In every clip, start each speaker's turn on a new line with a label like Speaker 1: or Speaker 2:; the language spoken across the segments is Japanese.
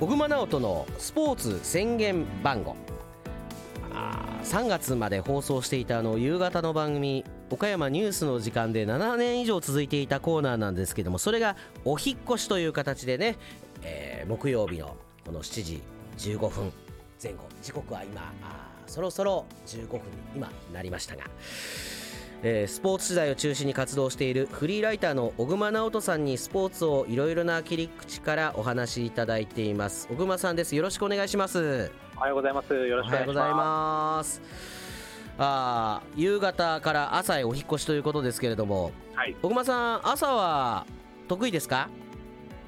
Speaker 1: 小熊直人のスポーツ宣言番号あー3月まで放送していたあの夕方の番組岡山ニュースの時間で7年以上続いていたコーナーなんですけどもそれがお引っ越しという形でね、えー木曜日のこの7時15分前後時刻は今あーそろそろ15分に今なりましたが、えースポーツ取材を中心に活動しているフリーライターの小熊直人さんにスポーツをいろいろな切り口からお話しいただいています小熊さんですよろしくお願いします
Speaker 2: おはようございます。よろ
Speaker 1: お
Speaker 2: しくお
Speaker 1: は
Speaker 2: 願
Speaker 1: よ
Speaker 2: いうし
Speaker 1: ご
Speaker 2: ま
Speaker 1: ざ
Speaker 2: す。
Speaker 1: います。あー夕方から朝へお引っ越しということですけれども、
Speaker 2: はい。
Speaker 1: 小熊さん、朝は得意ですか？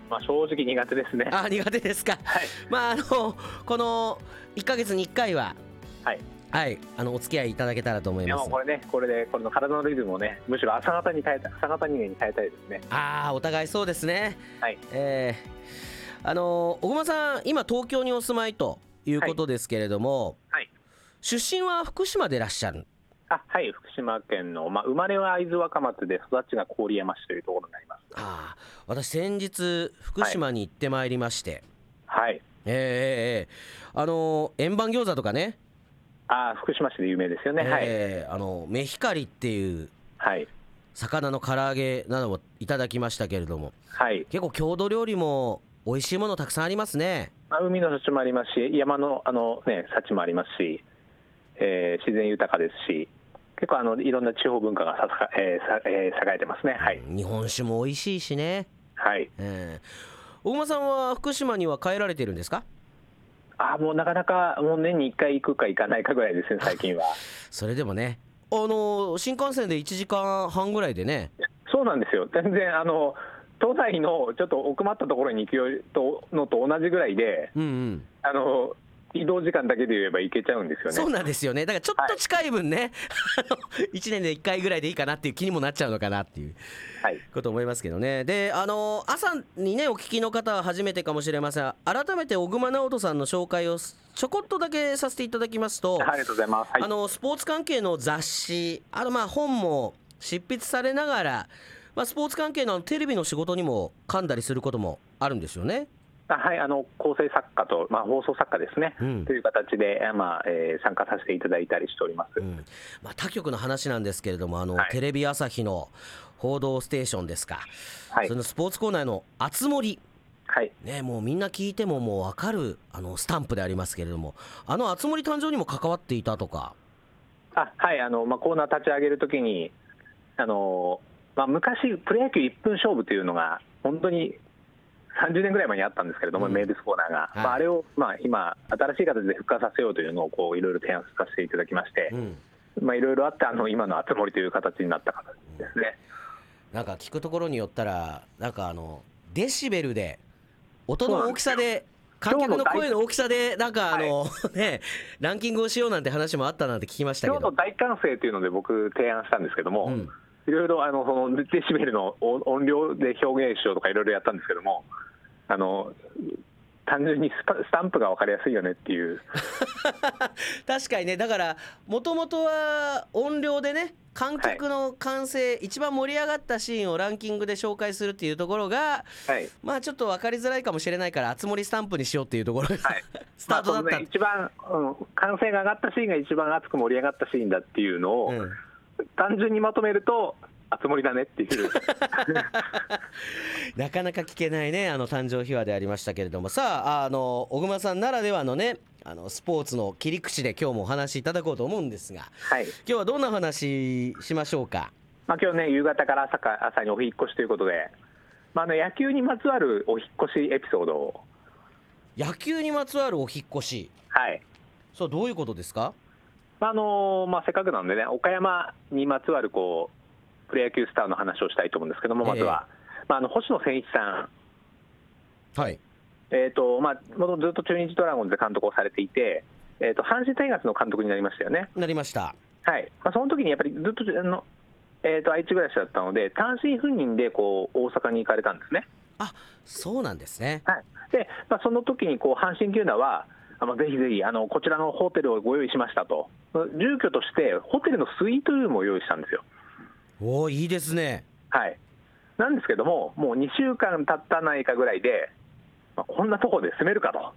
Speaker 2: まあ正直苦手ですね。
Speaker 1: あ、苦手ですか。
Speaker 2: はい。
Speaker 1: まああのこの1ヶ月に1回は、
Speaker 2: はい。
Speaker 1: はい、あのお付き合いいただけたらと思い
Speaker 2: いや
Speaker 1: ま
Speaker 2: もう
Speaker 1: す。
Speaker 2: これね、これでこれの体のリズムをね、むしろ朝方に変えた朝方人間に変えたいですね。
Speaker 1: ああ、お互いそうですね。
Speaker 2: はい。
Speaker 1: えーあの小熊さん、今東京にお住まいということですけれども、
Speaker 2: はいはい
Speaker 1: 出身は福島でいらっしゃる。
Speaker 2: あ、はい。福島県のまあ生まれは会津若松で育ちが郡山市というところになります。
Speaker 1: ああ、私先日福島に行ってまいりまして。
Speaker 2: はい。
Speaker 1: ええええええあの円盤餃子とかね、
Speaker 2: あ、福島市で有名ですよね。はい。
Speaker 1: ええあのメヒカリっていう
Speaker 2: はい。
Speaker 1: 魚の唐揚げなどをいただきましたけれども、
Speaker 2: はい。
Speaker 1: 結構郷土料理も美味しいものたくさんありますね。
Speaker 2: まあ海の幸もありますし、山のあのね幸もありますし、えー自然豊かですし、結構あのいろんな地方文化がささか、えーさえー栄えてますね。はい。
Speaker 1: 日本酒も美味しいしね。
Speaker 2: はい。
Speaker 1: ええ大間さんは福島には帰られてるんですか？
Speaker 2: あもうなかなかもう年に1回行くか行かないかぐらいですね最 近は
Speaker 1: それでもね、あの新幹線で1時間半ぐらいでね、
Speaker 2: そうなんですよ全然あの都内のちょっと奥まったところに行くよりとのと同じぐらいで
Speaker 1: うんうん、
Speaker 2: あの移動時間だけで言えば行けちゃうんですよね
Speaker 1: そうなんですよね。だからちょっと近い分ね、あの1年で1回ぐらいでいいかなっていう気にもなっちゃうのかなっていう。
Speaker 2: はい
Speaker 1: こと思いますけどねであの朝にねお聞きの方は初めてかもしれません改めて小熊直人さんの紹介をすちょこっとだけさせていただきますと、
Speaker 2: ありがとうございます、はい
Speaker 1: あのスポーツ関係の雑誌あのまあ本も執筆されながら、まあ、スポーツ関係のテレビの仕事にも噛んだりすることもあるんですよね。
Speaker 2: あはい、あの構成作家と、まあ、放送作家ですね、
Speaker 1: うん
Speaker 2: という形で、えまあえー参加させていただいたりしております、
Speaker 1: うんまあ、他局の話なんですけれどもあの、
Speaker 2: はい
Speaker 1: テレビ朝日の「報道ステーション」ですか、
Speaker 2: はい
Speaker 1: そのスポーツコーナーの「あつ森」
Speaker 2: はい、
Speaker 1: ね、もうみんな聞いてももう分かるあのスタンプでありますけれどもあの熱森誕生にも関わっていたとか
Speaker 2: あはいあの、まあ、コーナー立ち上げるときに、あのまあ、昔、プロ野球1分勝負というのが、本当に30年ぐらい前にあったんですけれども、
Speaker 1: うん
Speaker 2: 名物コーナーが、
Speaker 1: はい
Speaker 2: まあ、あれを、まあ、今、新しい形で復活させようというのをこういろいろ提案させていただきまして
Speaker 1: う、ん、
Speaker 2: まあ、いろいろあって、あの今の熱盛という形になった形ですね。
Speaker 1: なんか聞くところによったらなんかあのデシベルで音の大きさで観客の声の大きさでなんかあの、 ねランキングをしようなんて話もあったなんて聞きました
Speaker 2: 今
Speaker 1: け
Speaker 2: 日の
Speaker 1: ど、
Speaker 2: 大歓声というので僕提案したんですけども、
Speaker 1: うん、
Speaker 2: いろいろあのそのデシベルの音音量で表現しようとかいろいろやったんですけども、あの単純にスタスタンプが分かりやすいよねっていう、
Speaker 1: 確かにねだからもともとは音量でね観客の歓声、一番盛り上がったシーンをランキングで紹介するっていうところが
Speaker 2: はい、
Speaker 1: まあちょっと分かりづらいかもしれないから、熱盛スタンプにしようっていうところが、
Speaker 2: はい
Speaker 1: スタートだった
Speaker 2: まあそのね、一番、うん、歓声が上がったシーンが一番熱く盛り上がったシーンだっていうのを、
Speaker 1: うん
Speaker 2: 単純にまとめると、熱盛だねって いう、
Speaker 1: なかなか聞けないね、あの誕生秘話でありましたけれども、さあ、あの小熊さんならではのね、あのスポーツの切り口で今日もお話しいただこうと思うんですが、
Speaker 2: はい
Speaker 1: 今日はどんなお話しましょうか。
Speaker 2: まあ今日ね、夕方から朝か朝にお引っ越しということで、まあ、あの野球にまつわるお引っ越しエピソードを、
Speaker 1: 野球にまつわるお引っ越し、
Speaker 2: はい
Speaker 1: それはどういうことですか
Speaker 2: まああのまあ、せっかくなんでね、岡山にまつわるこうプロ野球スターの話をしたいと思うんですけども、まずは、まあ、あの星野誠一さん。
Speaker 1: はい。
Speaker 2: えーとまあ、もとずっと中日ドラゴンズで監督をされていて、えー、と阪神タイガースの監督になりましたよね。
Speaker 1: なりました。
Speaker 2: はいまあ、その時にやっぱりずっとあの、えー、と愛知暮らしだったので、単身赴任でこう大阪に行かれたんですね。
Speaker 1: そうなんですね。
Speaker 2: はい、で、まあ、その時にこう阪神球団は、あまあ、ぜひぜひあのこちらのホテルをご用意しましたと、住居としてホテルのスイートルームを用意したんですよ。
Speaker 1: おお、いいですね。
Speaker 2: はい、なんですけども、もう2週間経ったないかぐらいで、まあ、こんなところで住めるかと、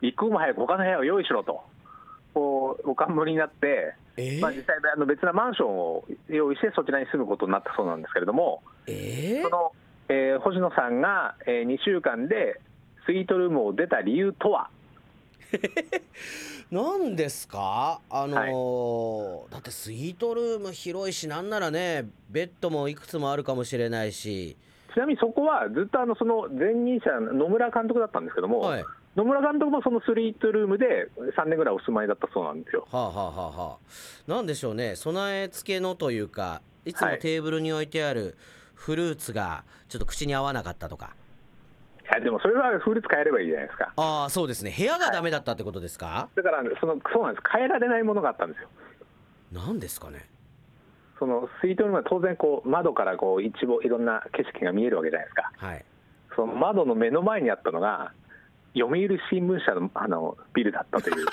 Speaker 2: 一刻も早く他の部屋を用意しろと、こうお冠になって、
Speaker 1: え
Speaker 2: まあ、実際、あの別なマンションを用意して、そちらに住むことになったそうなんですけれども、
Speaker 1: え
Speaker 2: その、えー星野さんが、え2週間でスイートルームを出た理由とは、
Speaker 1: なんですかあのーだってスイートルーム広いしなんならねベッドもいくつもあるかもしれないし
Speaker 2: ちなみにそこはずっとあのその前任者、野村監督だったんですけども、
Speaker 1: はいは
Speaker 2: 野村監督もそのスイートルームで3年ぐらいお住まいだったそうなんですよ。
Speaker 1: あ、はあはあはあ、なんでしょうね備え付けのというかいつも
Speaker 2: はい
Speaker 1: テーブルに置いてあるフルーツがちょっと口に合わなかったとか
Speaker 2: いやでもそれはフルーツ変えればいいじゃないですか。
Speaker 1: ああそうですね部屋がダメだったってことですか、
Speaker 2: だからその、そうなんです、変えられないものがあったんですよ。
Speaker 1: なんですかね
Speaker 2: そのスイートルームは当然こう窓からこう一望いろんな景色が見えるわけじゃないですか
Speaker 1: はい
Speaker 2: その窓の目の前にあったのが読売新聞社のあのビルだったという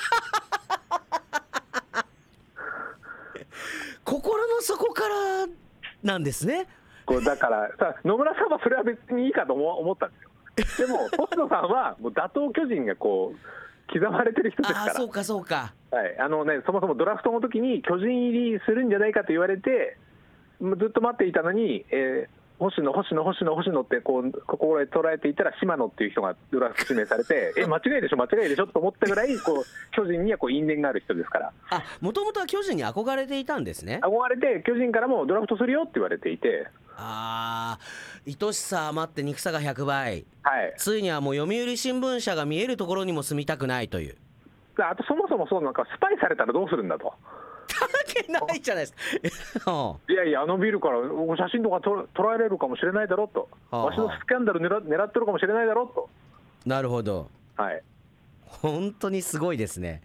Speaker 1: 心の底からなんですね
Speaker 2: こうだからさ野村さんはそれは別にいいかと思思ったんですよでも星野さんはもう打倒巨人がこう刻まれてる人です
Speaker 1: あ
Speaker 2: か
Speaker 1: あー
Speaker 2: ら
Speaker 1: そうかそうか
Speaker 2: はいあのね、そもそもドラフトの時に巨人入りするんじゃないかと言われてもうずっと待っていたのに、えー星野、星野、星野、星野ってこう心で捉えていたら島野っていう人がドラフト指名されてえ間違いでしょ、間違いでしょと思ったぐらいこう巨人にはこう因縁がある人ですから
Speaker 1: あもともとは巨人に憧れていたんですね
Speaker 2: 憧れて巨人からもドラフトするよって言われていて、
Speaker 1: あー愛しさ余って憎さが100倍
Speaker 2: はい、
Speaker 1: ついにはもう読売新聞社が見えるところにも住みたくないと いう
Speaker 2: あとそもそもそうなんかスパイされたらどうするんだと。
Speaker 1: 関係ないじゃないです かうん
Speaker 2: いやいや、あのビルから写真とかと捉えられるかもしれないだろうと、
Speaker 1: はあはあ
Speaker 2: わしのスキャンダル狙狙ってるかもしれないだろうと、
Speaker 1: なるほど
Speaker 2: はい、
Speaker 1: 本当にすごいですね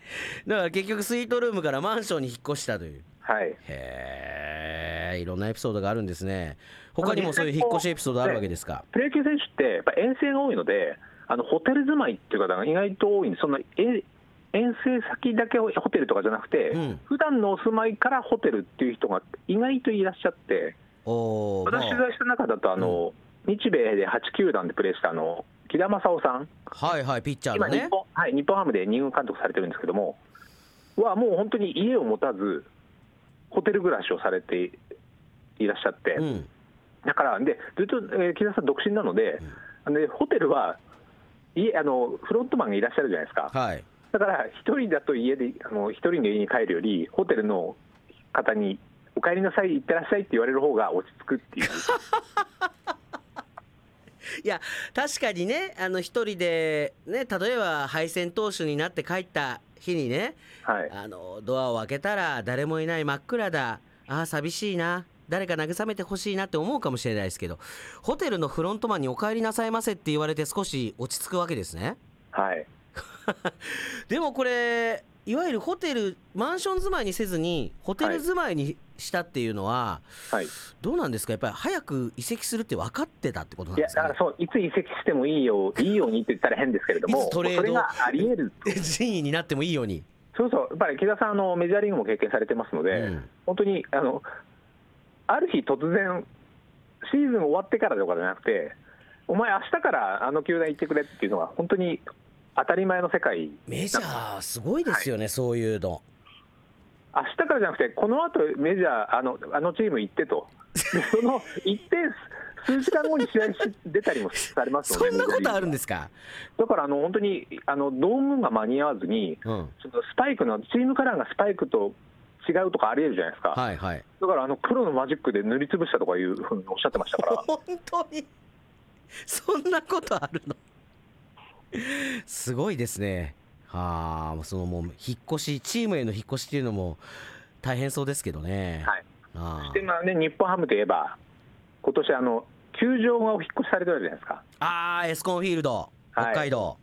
Speaker 1: だから結局スイートルームからマンションに引っ越したという
Speaker 2: はい、
Speaker 1: へえいろんなエピソードがあるんですね他にもそういう引っ越しエピソードあるわけですか
Speaker 2: プロ野球選手って、やっぱ遠征が多いので、あのホテル住まいっていう方が意外と多いんです、そんなえ遠征先だけホテルとかじゃなくて、
Speaker 1: うん
Speaker 2: 普段のお住まいからホテルっていう人が意外といらっしゃって、
Speaker 1: おお、まあ
Speaker 2: 私、取材した中だと、あの日米で8球団でプレーしたあの木田正夫さん、
Speaker 1: はいはいピッチャー
Speaker 2: 今
Speaker 1: の
Speaker 2: 日
Speaker 1: ね
Speaker 2: 本、はい、日本ハムで二軍監督されてるんですけども、はもう本当に家を持たず、ホテル暮らしをされていらっしゃって。
Speaker 1: うん
Speaker 2: だから、でずっと、えー木田さん、独身なので、でホテルはいあのフロントマンがいらっしゃるじゃないですか、
Speaker 1: はい
Speaker 2: だから一人だと家で、あの一人の家に帰るより、ホテルの方に、お帰りなさい、行ってらっしゃいって言われる方が落ち着くっていう、
Speaker 1: いや確かにねあの一人でね例えば敗戦投手になって帰った日にね
Speaker 2: はい、
Speaker 1: あのドアを開けたら誰もいない真っ暗だあー寂しいな誰か慰めてほしいなって思うかもしれないですけどホテルのフロントマンに「お帰りなさいませ」って言われて少し落ち着くわけですね
Speaker 2: はい、
Speaker 1: でもこれいわゆるホテルマンション住まいにせずにホテル住まいにしたっていうのは、
Speaker 2: はい、い
Speaker 1: どうなんですかやっぱり早く移籍するって分かってたってことなんで
Speaker 2: や
Speaker 1: す
Speaker 2: だ
Speaker 1: か、
Speaker 2: か
Speaker 1: ね
Speaker 2: ら、そういつ移籍してもいいよ、いいようにって言ったら変ですけれど
Speaker 1: い
Speaker 2: も、
Speaker 1: つトレード
Speaker 2: それがあり得る、
Speaker 1: 人位になってもいいように。
Speaker 2: そうそう、やっぱり木田さんあの、メジャーリーグも経験されてますので、
Speaker 1: うん
Speaker 2: 本当にあのある日突然、シーズン終わってからとかじゃなくて、お前、明日からあの球団行ってくれっていうのは、本当に当たり前の世界、
Speaker 1: メジャーすごいですよね、そういうの。
Speaker 2: 明日からじゃなくて、このあとメジャーあの、あのチーム行ってと、でその行って、数時間後に試合し出たりもされますの
Speaker 1: そ
Speaker 2: で、
Speaker 1: んなことあるんですすか。
Speaker 2: だからあの本当にあのドームが間に合わずに、
Speaker 1: うん。
Speaker 2: ちょっとスパイクの、チームカラーがスパイクと違うとかありえるじゃないですか。
Speaker 1: はいはい。
Speaker 2: だからあの黒のマジックで塗りつぶしたとかいうふうにおっしゃってましたから、
Speaker 1: 本当にそんなことあるの。すごいですね。はあ、もうそのもう引っ越しチームへの引っ越しっていうのも大変そうですけどね。
Speaker 2: はい
Speaker 1: あ
Speaker 2: でまあね、日本ハムといえば、今年あの球場がお引っ越しされてるじゃないですか、
Speaker 1: ああーエスコンフィールド北海道。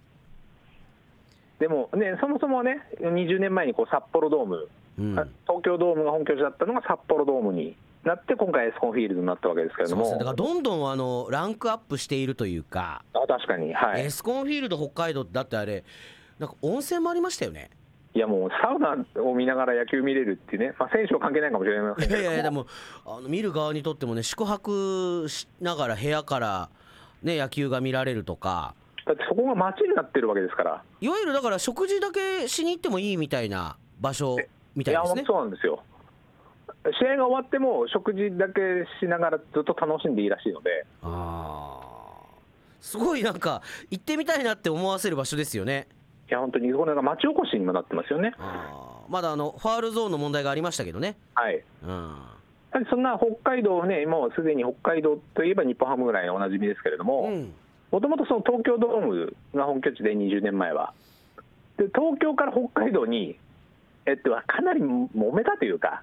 Speaker 2: でもね、そもそもね、20年前にこう札幌ドーム、
Speaker 1: うん。
Speaker 2: あ東京ドームが本拠地だったのが札幌ドームになって、今回、エスコンフィールドになったわけですけれ
Speaker 1: そ
Speaker 2: ど
Speaker 1: うです
Speaker 2: も、
Speaker 1: ね。だからどんどんあのランクアップしているというか、
Speaker 2: あ確かに、はい、
Speaker 1: エスコンフィールド北海道ってだってあれなんか温泉もありましたよね。
Speaker 2: いやもう、サウナを見ながら野球見れるっていうね、まあ、選手は関係ないかもしれません
Speaker 1: い
Speaker 2: け
Speaker 1: や
Speaker 2: れ
Speaker 1: いや
Speaker 2: ども、
Speaker 1: でもあの見る側にとってもね宿泊しながら部屋からね野球が見られるとか
Speaker 2: だってそこが街になってるわけですから、
Speaker 1: いわゆるだから食事だけしに行ってもいいみたいな場所みたい
Speaker 2: や
Speaker 1: で
Speaker 2: ほ
Speaker 1: す
Speaker 2: ん
Speaker 1: ね
Speaker 2: とそうなんですよ、試合が終わっても、食事だけしながらずっと楽しんでいいらしいので、
Speaker 1: あーすごいなんか行ってみたいなって思わせる場所ですよね
Speaker 2: いや、本当にこれが町おこしにもなってますよね。
Speaker 1: あーまだあのファールゾーンの問題がありましたけどね
Speaker 2: はい
Speaker 1: うん
Speaker 2: やはりそんな北海道ね、もうすでに北海道といえば日本ハムぐらいおなじみですけれども、
Speaker 1: うん
Speaker 2: もともとその東京ドームが本拠地で20年前は。で東京から北海道に、えっと、かなり揉めたというか、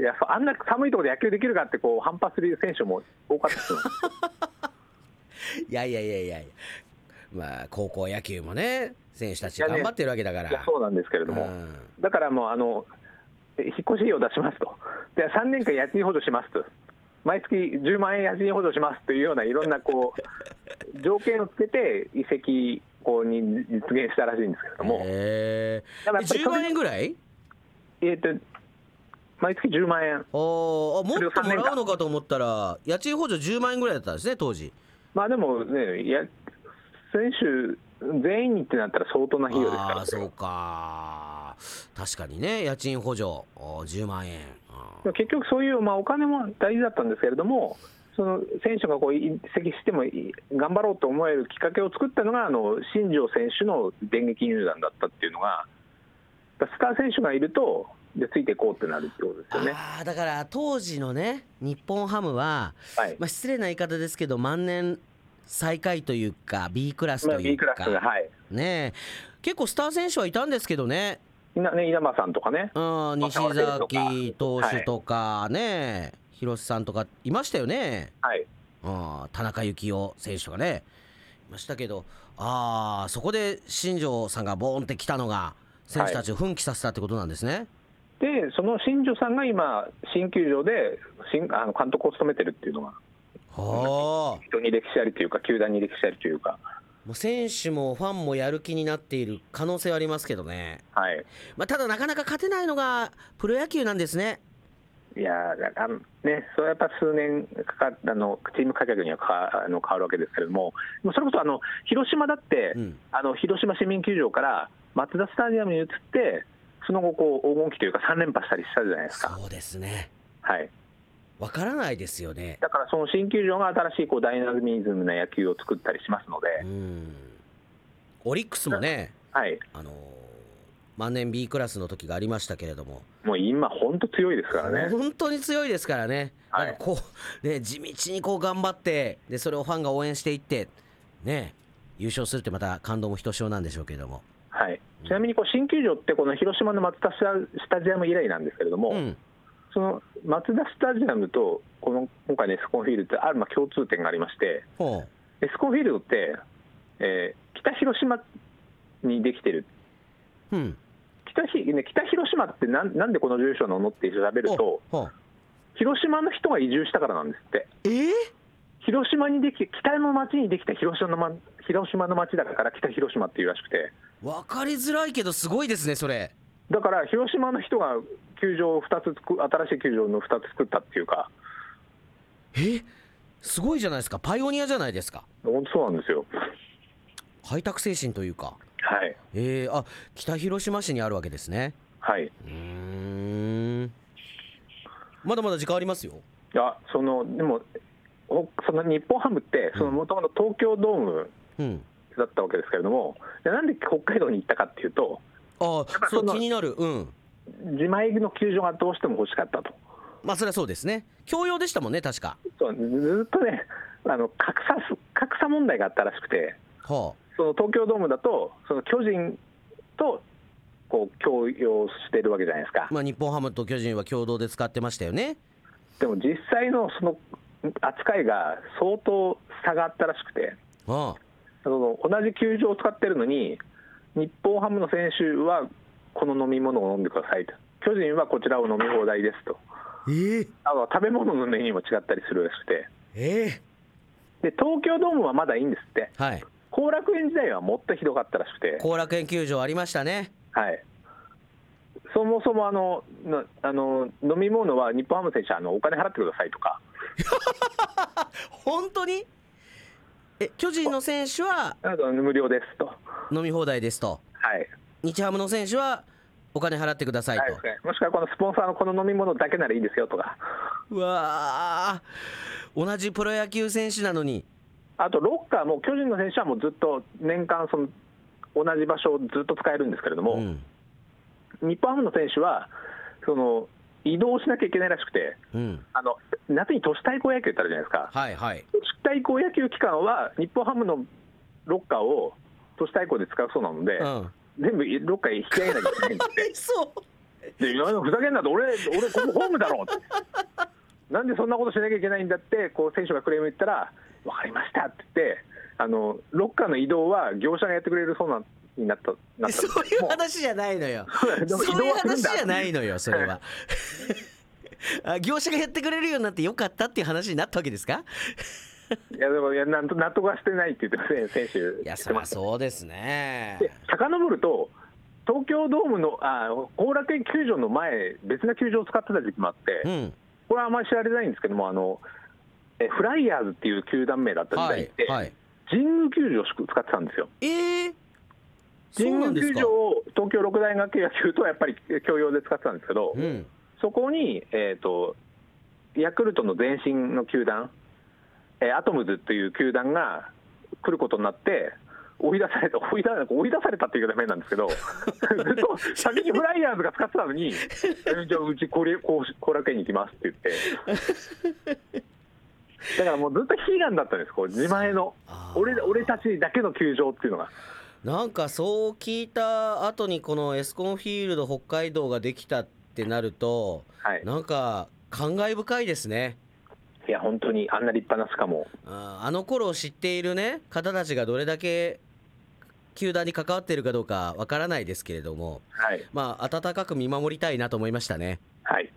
Speaker 2: いやそうあんな寒いところで野球できるかってこう反発する選手も多かったですよ
Speaker 1: いやいやいやいやいやまあ高校野球もね選手たち
Speaker 2: いやね
Speaker 1: 頑張ってるわけだから
Speaker 2: いやそうなんですけれども、
Speaker 1: うん
Speaker 2: だからもうあの、え引っ越し費用出しますと、で3年間家賃補助しますと、毎月10万円家賃補助しますというような、いろんなこう条件をつけて、移籍こうに実現したらしいんですけれども、
Speaker 1: へ
Speaker 2: だか
Speaker 1: ー
Speaker 2: らやっぱり
Speaker 1: 10万円ぐらい
Speaker 2: えーと毎月10万円、
Speaker 1: おーあもっ
Speaker 2: それを
Speaker 1: とも
Speaker 2: 三年間
Speaker 1: らうのかと思ったら家賃補助10万円ぐらいだったんですね当時
Speaker 2: まあでもね、いや選手全員にってなったら相当な費用ですから
Speaker 1: ああーそうか確かにね家賃補助おー10万円あ
Speaker 2: でも結局、そういう、まあ、お金も大事だったんですけれども、その選手がこう移籍してもいい頑張ろうと思えるきっかけを作ったのが、あの新庄選手の電撃入団だったっていうのが、だからスター選手がいると、でついていこうってなるってことですよ
Speaker 1: ー
Speaker 2: ね。
Speaker 1: あーだから当時のね日本ハムは、
Speaker 2: はい
Speaker 1: まあ、失礼な言い方ですけど万年最下位というか B クラス
Speaker 2: まあ
Speaker 1: とい
Speaker 2: B
Speaker 1: う
Speaker 2: クラスが、
Speaker 1: か
Speaker 2: はい、
Speaker 1: ねえ結構スター選手はいたんですけどね
Speaker 2: 稲ね稲葉さんとかね、
Speaker 1: うん西
Speaker 2: 渡辺とか
Speaker 1: 崎投手とかね広瀬さんとかいましたよね。
Speaker 2: はい、
Speaker 1: あー田中幸雄選手とかねいましたけどあーそこで新庄さんがボーンって来たのが選手たちを奮起させたってことなんですね。
Speaker 2: で、その新庄さんが今、新球場で新あの監督を務めてるっていうのが、
Speaker 1: はあ
Speaker 2: 人に歴史ありというか、球団に歴史ありというか、
Speaker 1: もう選手もファンもやる気になっている可能性はありますけどね、
Speaker 2: はい、
Speaker 1: まあ、ただなかなか勝てないのがプロ野球なんですね。
Speaker 2: いやーあのね、それはやっぱ数年かかあのチーム改革にはかあの変わるわけですけれども、でもそれこそあの広島だって、
Speaker 1: うん
Speaker 2: あの広島市民球場から松田スタジアムに移って、その後こう、黄金期というか、3連覇したりしたじゃないですか、
Speaker 1: そうですね
Speaker 2: はい、
Speaker 1: わからないですよね。
Speaker 2: だからその新球場が新しいこうダイナミズムな野球を作ったりしますので、
Speaker 1: うんオリックスもね、
Speaker 2: はい、
Speaker 1: あのー万年 B クラスの時がありましたけれども、
Speaker 2: もう今、本当強いですからね、
Speaker 1: 本当に強いですからね、
Speaker 2: はい
Speaker 1: なんかこう、ね、地道にこう頑張ってで、それをファンが応援していって、ね、優勝するってまた感動もひとしおなんでしょうけれども、
Speaker 2: はい、ちなみにこう新球場って、この広島の松田スタジアム以来なんですけれども。
Speaker 1: うん、
Speaker 2: そのマツダスタジアムとこの今回のエスコンフィールドってあるまあ共通点がありまして
Speaker 1: ほ
Speaker 2: エスコンフィールドって、えー北広島にできてる
Speaker 1: う、うん、
Speaker 2: 北ひ、ね、北広島ってなんなんでこの住所なのって調べると
Speaker 1: ほう、
Speaker 2: 広島の人が移住したからなんですって
Speaker 1: えー、
Speaker 2: 広島にでき北の町にできた広島の,、ま、広島の町だから北広島っていうらしくて
Speaker 1: 分かりづらいけど、すごいですね、それ。
Speaker 2: だから広島の人が球場を2つ作新しい球場の2つ作ったっていうか
Speaker 1: えすごいじゃないですか、パイオニアじゃないですか、
Speaker 2: 本当そうなんですよ
Speaker 1: 開拓精神というか、
Speaker 2: はい
Speaker 1: えー、あ北広島市にあるわけですね。
Speaker 2: はいう
Speaker 1: ーんまだまだ時間ありますよ。
Speaker 2: いやそのでもおその日本ハムってもともと東京ドーム
Speaker 1: うん
Speaker 2: だったわけですけれどもでなんで北海道に行ったかっていうと
Speaker 1: ああ、そう
Speaker 2: その
Speaker 1: 気になる。うん。
Speaker 2: 自前の球場がどうしても欲しかったと
Speaker 1: まあそれはそうですね。教養でしたもんね確か。
Speaker 2: そうずっとねあの格差す格差問題があったらしくて
Speaker 1: は
Speaker 2: その東京ドームだとその巨人とこう共用してるわけじゃないですか
Speaker 1: あ。まあ日本ハムと巨人は共同で使ってましたよね。
Speaker 2: でも実際のその扱いが相当差があったらしくて
Speaker 1: あ
Speaker 2: その同じ球場を使ってるのに、日本ハムの選手はこの飲み物を飲んでくださいと、巨人はこちらを飲み放題ですと、
Speaker 1: あ。ええ
Speaker 2: あと食べ物のメニューも違ったりするらしく
Speaker 1: ええ
Speaker 2: て、で東京ドームはまだいいんですって、
Speaker 1: はい。
Speaker 2: 後楽園時代はもっとひどかったらしくて、
Speaker 1: 後楽園球場ありましたね。
Speaker 2: はい、そもそもあのなあの飲み物は日本ハムの選手はあのお金払ってくださいとか、
Speaker 1: 本当に？え巨人の選手は
Speaker 2: あと無料ですと、
Speaker 1: 飲み放題ですと
Speaker 2: はい
Speaker 1: 日ハムの選手はお金払ってくださいと、
Speaker 2: はいもしくはこのスポンサーのこの飲み物だけならいいですよとか、
Speaker 1: うわあ同じプロ野球選手なのに
Speaker 2: あとロッカーも、巨人の選手はもうずっと年間、その同じ場所をずっと使えるんですけれども、
Speaker 1: うん
Speaker 2: 日本ハムの選手はその移動しなきゃいけないらしくて、
Speaker 1: うん
Speaker 2: あの夏に都市対抗野球ってあるじゃないですか、
Speaker 1: はいはい
Speaker 2: 都市対抗野球期間は日本ハムのロッカーを都市対抗で使うそうなので、
Speaker 1: うん
Speaker 2: 全部ロッカー引き上げなきゃいけないんで
Speaker 1: そう
Speaker 2: で今のふざけんなと、俺、俺、ここホームだろって、なんでそんなことしなきゃいけないんだって、こう選手がクレーム言ったら、分かりましたって言って、あのロッカーの移動は業者がやってくれるそうなになったなっ た
Speaker 1: そういう話じゃないのよ
Speaker 2: そう だでも移
Speaker 1: そう
Speaker 2: 動
Speaker 1: いう
Speaker 2: はするん
Speaker 1: 話じ
Speaker 2: だ
Speaker 1: ゃない のよそれは あ業者がやってくれるようになってよかったっていう話になったわけですか
Speaker 2: いやでもいやなんと納得はしてないって言ってますね、選手、
Speaker 1: いや
Speaker 2: 言っ
Speaker 1: そ
Speaker 2: て
Speaker 1: り
Speaker 2: ま
Speaker 1: ゃ
Speaker 2: した
Speaker 1: そうですね
Speaker 2: で遡ると、東京ドームのあ後楽園球場の前、別な球場を使ってた時期もあって、
Speaker 1: うん
Speaker 2: これはあんまり知られてないんですけども、あのえフライヤーズっていう球団名だった時
Speaker 1: は
Speaker 2: 代っ
Speaker 1: い
Speaker 2: て、
Speaker 1: はい
Speaker 2: 神宮球場を使ってたんですよ。
Speaker 1: えー、そ
Speaker 2: 神
Speaker 1: うな
Speaker 2: 宮
Speaker 1: んです
Speaker 2: 球
Speaker 1: か
Speaker 2: 場を東京六大学野球とはやっぱり 共用で使ってたんですけど、
Speaker 1: うん
Speaker 2: そこに、えー、とヤクルトの前身の球団、えーアトムズっていう球団が来ることになって、追い出された、追い出追い出されたっていう言い方変なんで すけど、ずっと先にフライヤーズが使ってたのに、えーじゃあ、うちこれこう後楽園に行きますって言って。 だからもうずっと悲願だったんです、こう自前の
Speaker 1: あー
Speaker 2: 俺、俺たちだけの球場っていうのが。
Speaker 1: なんかそう聞いた後にこのエスコンフィールド北海道ができたってなると
Speaker 2: はい、
Speaker 1: なんか感慨深いですね
Speaker 2: いや、本当にあんな立派なしかも、
Speaker 1: あーあの頃を知っているね方たちがどれだけ球団に関わっているかどうかわからないですけれども
Speaker 2: はい、
Speaker 1: まあ温かく見守りたいなと思いましたね
Speaker 2: はい、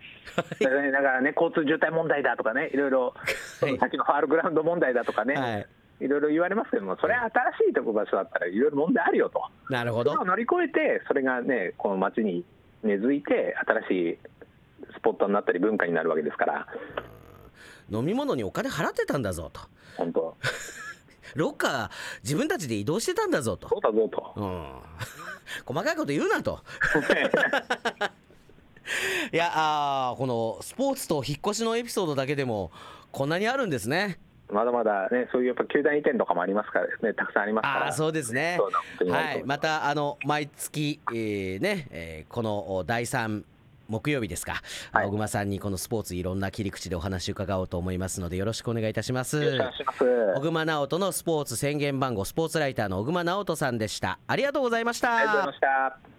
Speaker 2: だからねだからね、交通渋滞問題だとかね、いろいろ、その先のファールグラウンド問題だとかね、
Speaker 1: はい
Speaker 2: い、ろいろ言われますけども、それは新しいとこ場所だったら、いろいろ問題あるよと、
Speaker 1: なるほ
Speaker 2: そ
Speaker 1: ど
Speaker 2: れを乗り越えて、それがね、この町に根付いて、新しいスポットになったり、文化になるわけですから、
Speaker 1: 飲み物にお金払ってたんだぞと
Speaker 2: 本当、
Speaker 1: ロッカー自分たちで移動してたんだぞ
Speaker 2: そ
Speaker 1: と、
Speaker 2: うだぞと。
Speaker 1: うん細かいこと言うなといやあーこのスポーツと引っ越しのエピソードだけでもこんなにあるんですね
Speaker 2: まだまだね、そういうやっぱ球団移転とかもありますからですね、たくさんありますか
Speaker 1: ああ
Speaker 2: ら。
Speaker 1: ーそうですね
Speaker 2: そうだ本当にある
Speaker 1: は
Speaker 2: と思
Speaker 1: い
Speaker 2: います
Speaker 1: またあの毎月、えーね、えーこの第3木曜日ですか、
Speaker 2: はい
Speaker 1: 小熊さんにこのスポーツいろんな切り口でお話伺おうと思いますのでよろしくお願いいたします
Speaker 2: よろしくお願いします。
Speaker 1: 小熊直人のスポーツ宣言番号スポーツライターの小熊直人さんでしたありがとうございました
Speaker 2: ありがとうございました。